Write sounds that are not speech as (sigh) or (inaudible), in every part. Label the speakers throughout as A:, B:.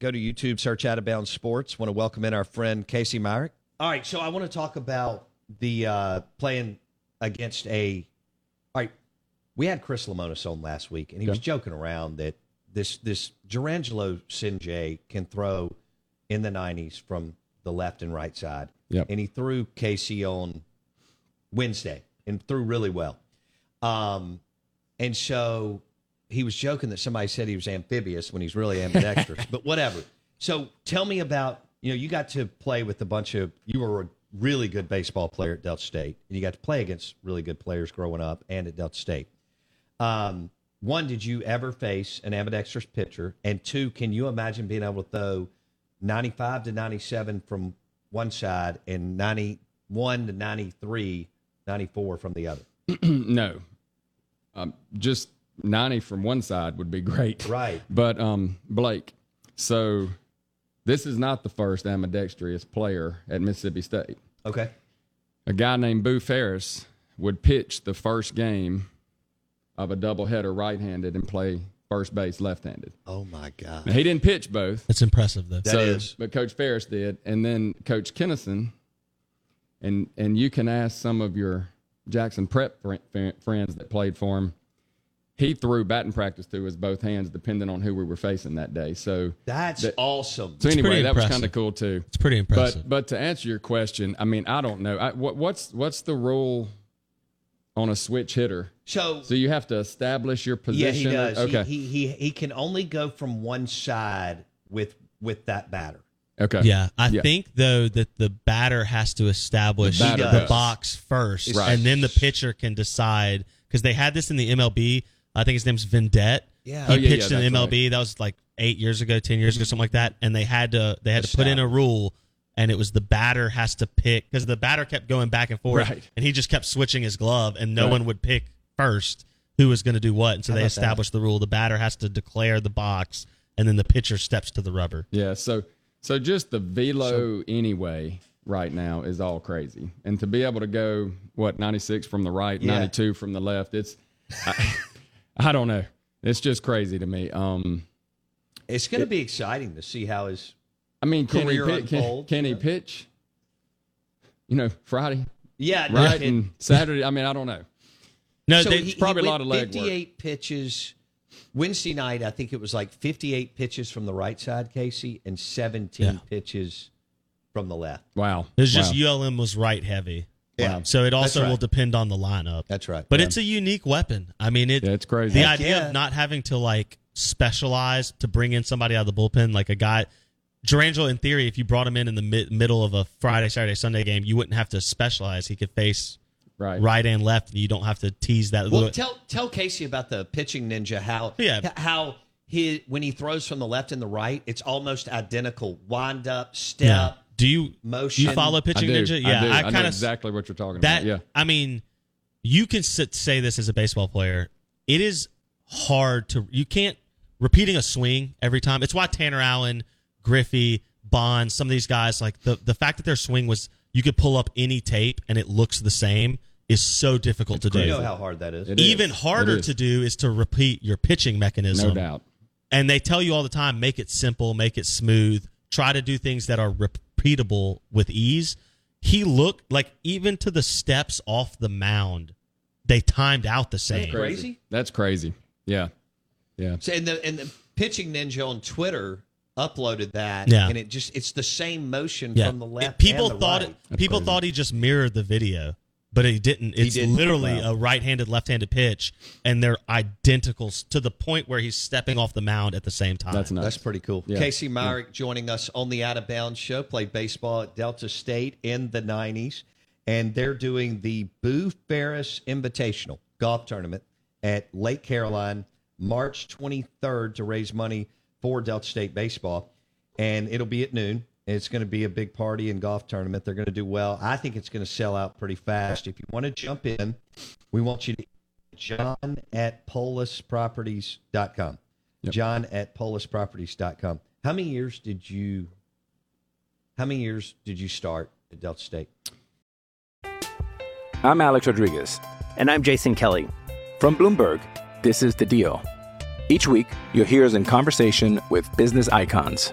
A: Go to YouTube, search Out of Bounds Sports. Want to welcome in our friend Casey Myrick. All right, so I want to talk about the uh, playing against a... All right, we had Chris Lamonis on last week, and he yeah. was joking around that this this Gerangelo Sinjay can throw in the 90s from the left and right side. Yep. And he threw Casey on Wednesday and threw really well. Um, and so he was joking that somebody said he was amphibious when he's really ambidextrous, but whatever. So tell me about, you know, you got to play with a bunch of, you were a really good baseball player at Delta State, and you got to play against really good players growing up and at Delta State. Um, one, did you ever face an ambidextrous pitcher? And two, can you imagine being able to throw 95 to 97 from one side and 91 to 93, 94 from the other?
B: no. Um, just 90 from one side would be great.
A: Right.
B: But um, Blake, so this is not the first ambidextrous player at Mississippi State.
A: Okay.
B: A guy named Boo Ferris would pitch the first game of a doubleheader right handed and play first base left-handed.
A: Oh my God!
B: Now, he didn't pitch both.
C: That's impressive, though.
A: That so, is.
B: But Coach Ferris did, and then Coach Kennison, and and you can ask some of your Jackson Prep friends that played for him. He threw batting practice through his both hands, depending on who we were facing that day. So
A: that's
B: that,
A: awesome.
B: So anyway, that was kind of cool too.
C: It's pretty impressive.
B: But but to answer your question, I mean, I don't know. I, what, what's what's the rule? on a switch hitter.
A: So
B: so you have to establish your position.
A: Yeah, he does. Okay. He, he, he he can only go from one side with with that batter.
B: Okay.
C: Yeah, I yeah. think though that the batter has to establish the, the box first, right. and then the pitcher can decide because they had this in the MLB. I think his name's Vendette.
A: Yeah,
C: he
A: oh, yeah,
C: pitched in MLB. Right. That was like eight years ago, ten years ago, something like that. And they had to they had to put in a rule and it was the batter has to pick because the batter kept going back and forth
B: right.
C: and he just kept switching his glove and no
B: right.
C: one would pick first who was going to do what and so they established that? the rule the batter has to declare the box and then the pitcher steps to the rubber
B: yeah so so just the velo so, anyway right now is all crazy and to be able to go what 96 from the right yeah. 92 from the left it's I, I don't know it's just crazy to me um
A: it's going it, to be exciting to see how his
B: I mean, can he, pitch, can, can he pitch? You know, Friday.
A: Yeah,
B: right. It,
C: (laughs)
B: and Saturday. I mean, I don't know.
A: No,
B: so
A: they,
B: probably a lot of leg
A: 58
B: work.
A: pitches. Wednesday night, I think it was like 58 pitches from the right side, Casey, and 17 yeah. pitches from the left.
B: Wow.
C: It's just
B: wow.
C: ULM was right heavy.
A: Yeah. Wow.
C: So it also
A: right.
C: will depend on the lineup.
A: That's right.
C: But
A: yeah.
C: it's a unique weapon. I mean, it,
B: yeah, it's crazy.
C: The Heck idea yeah. of not having to like specialized to bring in somebody out of the bullpen, like a guy. Durangelo, in theory, if you brought him in in the mid, middle of a Friday, Saturday, Sunday game, you wouldn't have to specialize. He could face
B: right,
C: right and left, and you don't have to tease that.
A: Well, tell tell Casey about the pitching ninja. How yeah. how he when he throws from the left and the right, it's almost identical. Wind up, step.
C: Yeah. Do you
A: motion?
C: You follow pitching
B: I do,
C: ninja? Yeah,
B: I, do. I,
C: kind
B: know
C: of
B: exactly what you're talking
C: that.
B: about. Yeah,
C: I mean, you can sit, say this as a baseball player. It is hard to you can't repeating a swing every time. It's why Tanner Allen, Griffey, Bond, some of these guys like the the fact that their swing was you could pull up any tape and it looks the same is so difficult to
A: You
C: do.
A: know how hard that is.
B: It is.
C: Even harder
B: It is.
C: to do is to repeat your pitching mechanism.
B: no doubt.
C: And they tell you all the time, make it simple, make it smooth. Try to do things that are repeatable with ease. He looked like even to the steps off the mound, they timed out the same.
A: Crazy.
B: That's crazy. Yeah, yeah.
A: So, and the and the pitching ninja on Twitter uploaded that,
C: Yeah.
A: and it just it's the same motion
C: Yeah.
A: from the left.
C: It- people
A: and the
C: thought
A: right.
C: it, people
B: crazy.
C: thought he just mirrored the video, but he didn't.
A: He
C: It's
A: didn't.
C: literally
A: Wow.
C: a right-handed, left-handed pitch, and they're identical s- to the point where he's stepping off the mound at the same time.
B: That's nuts.
A: That's pretty cool.
B: Yeah.
A: Casey Myrick joining us on the Out of Bounds show, played baseball at Delta State in the 90s, and they're doing the Boo Ferris Invitational Golf Tournament at Lake Caroline March 23rd to raise money for Delta State baseball. And it'll be at noon. It's going to be a big party and golf tournament. They're going to do well. I think it's going to sell out pretty fast. If you want to jump in, we want you to John at polisproperties.com.
B: Yep.
A: John at polisproperties.com. How many years did you how many years did you start at Delta State?
D: I'm Alex Rodriguez.
E: And I'm Jason Kelly.
D: From Bloomberg, this is The Deal. Each week, you'll hear us in conversation with business icons.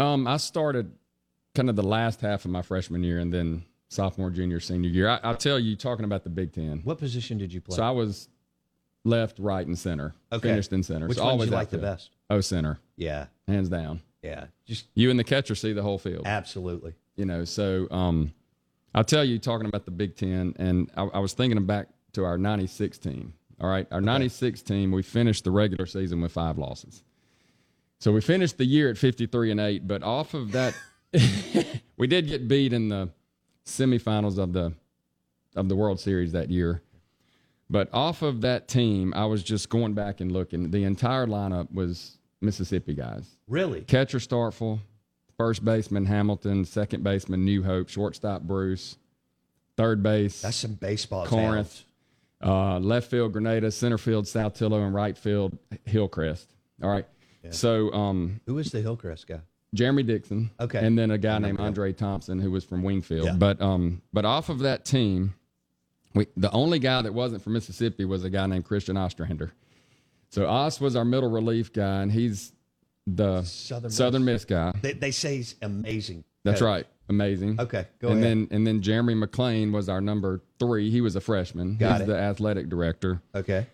B: Um, I started kind of the last half of my freshman year, and then sophomore, junior, senior year. I, I'll tell you, talking about the Big Ten.
A: What position did you play?
B: So I was left, right, and center.
A: Okay.
B: Finished in center.
A: Which
B: so
A: one did
B: always
A: you
B: out
A: like the
B: there.
A: best?
B: Oh, center,
A: Yeah.
B: hands down.
A: Yeah. Just
B: You and the catcher see the whole field.
A: absolutely.
B: you know so um i'll tell you talking about the big ten and i, I was thinking back to our 96 team all right our 96 team we finished the regular season with five losses so we finished the year at 53 and 8 but off of that (laughs) we did get beat in the semifinals of the of the world series that year but off of that team i was just going back and looking the entire lineup was mississippi guys
A: Really?
B: Catcher Startful, first baseman Hamilton, second baseman New Hope, shortstop Bruce, third base
A: That's some baseball
B: Corinth, uh,
A: talent.
B: left field Grenada, center field Saltillo, and right field Hillcrest. All right. So um,
A: Who is the Hillcrest guy?
B: Jeremy Dixon.
A: Okay.
B: And then a guy named Andre Thompson who was from Wingfield. But um, but off of that team, we the only guy that wasn't from Mississippi was a guy named Christian Ostrander. So Os was our middle relief guy, and he's the
A: Southern
B: Southern,
A: Miss.
B: Miss guy.
A: They, they say he's amazing.
B: That's
A: coach.
B: right. Amazing.
A: Okay, go
B: and
A: ahead.
B: then and then Jeremy McLean was our number three. He was a freshman.
A: Got
B: He's
A: it.
B: the athletic director.
A: Okay.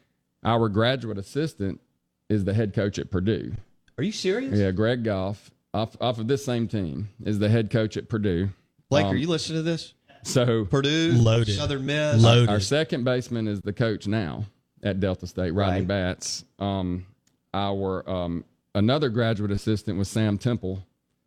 B: Our graduate assistant is the head coach at Purdue.
A: Are you serious?
B: Yeah, Greg Goff, off off of this same team, is the head coach at Purdue.
A: Blake,
B: Um,
A: are you listening to this?
B: So
A: Purdue,
C: Loaded.
A: Southern Miss.
C: Loaded.
B: our second baseman is the coach now at Delta State, Rodney
A: Right.
B: Batts. Um, our um, another graduate assistant was Sam Temple,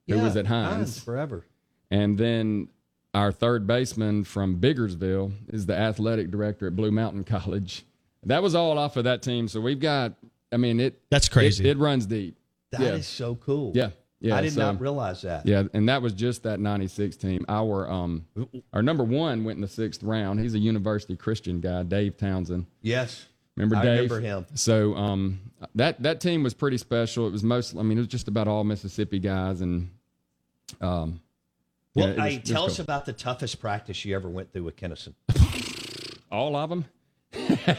B: who was
A: Yeah,
B: at Hines.
A: forever.
B: And then our third baseman from Biggersville is the athletic director at Blue Mountain (laughs) College. That was all off of that team. So we've got, I mean, it
C: That's crazy.
B: It, it runs deep.
A: That is
B: Yeah.
A: so cool.
B: Yeah.
F: Yeah,
A: I did
F: so-
A: not realize that.
F: Yeah, and that was just that '96 team. Our um, our number one went in the sixth round. He's a University Christian guy, Dave Townsend.
A: Yes.
F: Remember
A: I
F: Dave?
A: remember him.
F: So um, that that team was pretty special. It was most, I mean, it was just about all Mississippi guys, and um,
A: Well,
F: yeah, it was-
A: hey,
F: it was
A: tell us
F: cool.
A: about the toughest practice you ever went through with Kennison.
F: all of them.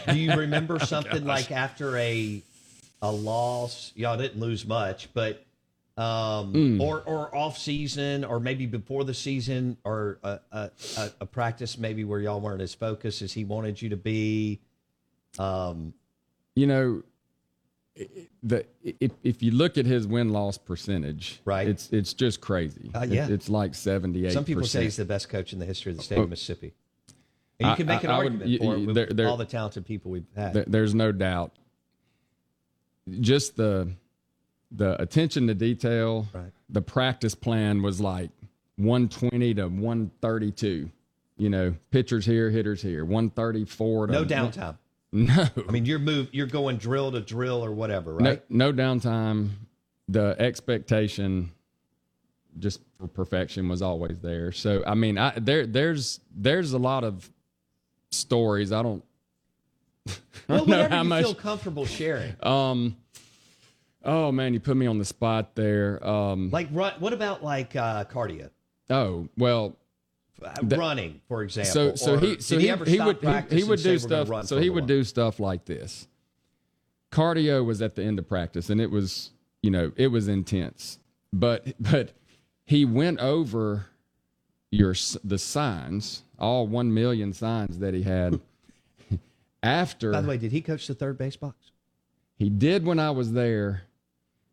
A: Do you remember something like after a a loss? Y'all didn't lose much, but um,
F: Mm.
A: or or off season, or maybe before the season, or a, a, a, a practice maybe where y'all weren't as focused as he wanted you to be. Um,
F: you know i- i- the if, if you look at his win loss percentage, right? It's it's just crazy.
A: Uh, yeah.
F: It- it's like seventy eight.
A: some people say he's the best coach in the history of the state of
F: Oh.
A: Mississippi, and you
F: I-
A: can make an
F: I- I would-
A: argument
F: you-
A: for
F: you-
A: it with
F: there- there-
A: all the talented people we've had.
F: There- there's no doubt. Just the the attention to detail, (laughs) the practice plan was like 120 to 132. You know, pitchers here, hitters here, 134 to
A: no downtime.
F: No.
A: I mean, you're move, you're going drill to drill or whatever, right?
F: (laughs) No, no downtime. The expectation just for perfection was always there. So I mean, I there there's there's a lot of stories. I don't, I
A: Well,
F: don't know
A: whatever
F: how
A: you
F: much.
A: feel comfortable sharing.
F: um, oh man, you put me on the spot there. Um,
A: Like, run, what about like uh, cardio,
F: oh well,
A: Uh,
F: That-
A: running, for example?
F: so so
A: Or
F: he so
A: did
F: he,
A: he, ever
F: he
A: stop
F: would he,
A: practice
F: he
A: and
F: would
A: say,
F: do
A: "We're gonna
F: stuff
A: run
F: so
A: for
F: he
A: the
F: would
A: one"?
F: do stuff like this cardio was at the end of practice and it was you know it was intense but but he went over your s- the signs all 1 million signs that
A: (laughs)
F: he had after
A: By the way, did he coach the third base box?
F: he did when I was there,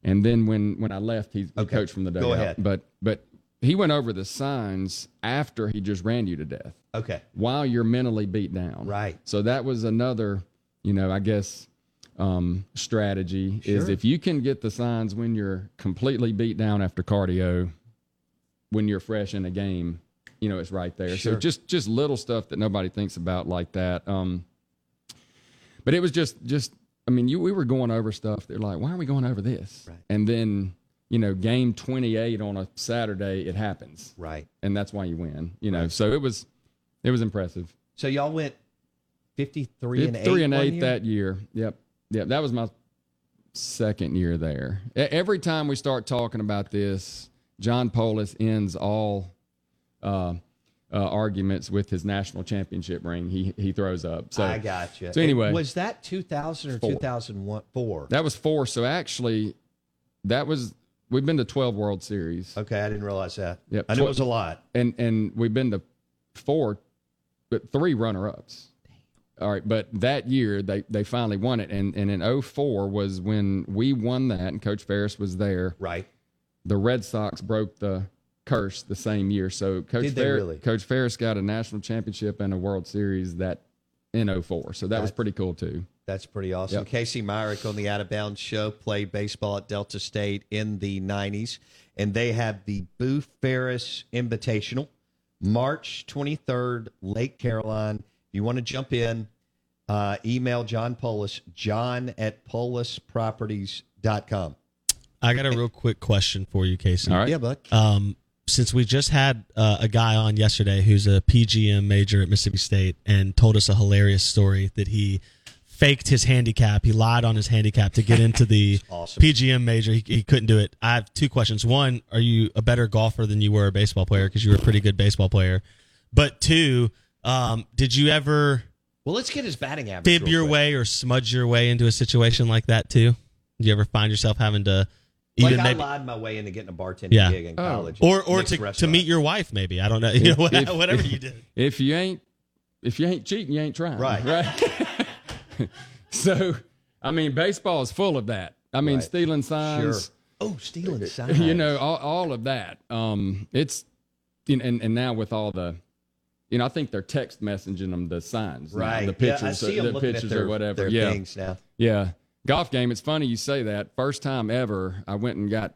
F: and then when when I left, he, he
A: Okay,
F: coached from the
A: go
F: dugout.
A: ahead.
F: But but he went over the signs after he just ran you to death.
A: Okay.
F: While you're mentally beat down.
A: Right.
F: So that was another, you know, I guess um strategy is
A: Sure.
F: if you can get the signs when you're completely beat down after cardio, when you're fresh in a game, you know, it's right there.
A: Sure.
F: So just just little stuff that nobody thinks about like that. Um but it was just just I mean, you we were going over stuff. They're like, why are we going over this? Right. And then, you know, game 28 on a Saturday, it happens.
A: Right.
F: And that's why you win, you know. So it was it was impressive.
A: So y'all went fifty-three and eight.
F: Three and
A: one
F: eight
A: year?
F: that year. Yep. Yep. That was my second year there. E- Every time we start talking about this, John Polis ends all uh, uh, arguments with his national championship ring. He he throws up. So
A: I gotcha.
F: So anyway,
A: It- was that two thousand or
F: Four.
A: two thousand one four?
F: that was four. So actually, that was we've been to twelve World Series.
A: Okay, I didn't realize that.
F: Yep.
A: I know
F: Tw-
A: it was a lot.
F: and and we've been to four, but three runner ups. All right, but that year they they finally won it, and and in 04 was when we won that, and Coach Ferris was there.
A: Right.
F: The Red Sox broke the curse the same year, so Coach
A: Did they
F: Fer-
A: really?
F: Coach Ferris got a national championship and a World Series that in 04. So that was
A: That's-
F: pretty cool too.
A: That's pretty awesome.
F: Yep.
A: Casey Myrick on the Out of Bounds show played baseball at Delta State in the 90s, and they have the Boo Ferris Invitational, March 23rd, Lake Caroline. If you want to jump in, uh, email John Polis, john at polisproperties.com.
E: I got a real quick question for you, Casey.
F: All right.
A: Yeah, bud.
E: Um, since we just had uh, a guy on yesterday who's a PGM major at Mississippi State and told us a hilarious story that he faked his handicap. He lied on his handicap to get into
A: (laughs)
E: the
A: awesome.
E: PGM major. He, he couldn't do it. I have two questions. One, are you a better golfer than you were a baseball player because you were a pretty good baseball player? But two, um, did you ever
A: Well, let's get his batting average.
E: fib
A: real
E: your
A: quick.
E: way or smudge your way into a situation like that too? Do you ever find yourself having to
A: Like
E: even
A: I
E: maybe
A: lied my way into getting a bartending
E: Yeah.
A: gig in
F: Oh.
A: college.
E: or or
A: Nick's
E: to, to
A: restaurant.
E: meet your wife maybe I don't know (laughs) you know what-
F: If- if-
E: whatever you did.
F: If you ain't if you ain't cheating, you ain't trying.
A: Right.
F: Right. (laughs) so, I mean, baseball is full of that. I mean,
A: Right.
F: stealing signs. Uh,
A: Sure. Oh, stealing signs.
F: you know all, all of that um it's you know, and and now with all the you know i think they're text messaging them the signs now,
A: right?
F: the pictures
A: yeah, I see
F: or,
A: him
F: the
A: looking at
F: pictures
A: their,
F: or whatever
A: their
F: yeah
A: things now.
F: yeah golf game it's funny you say that first time ever i went and got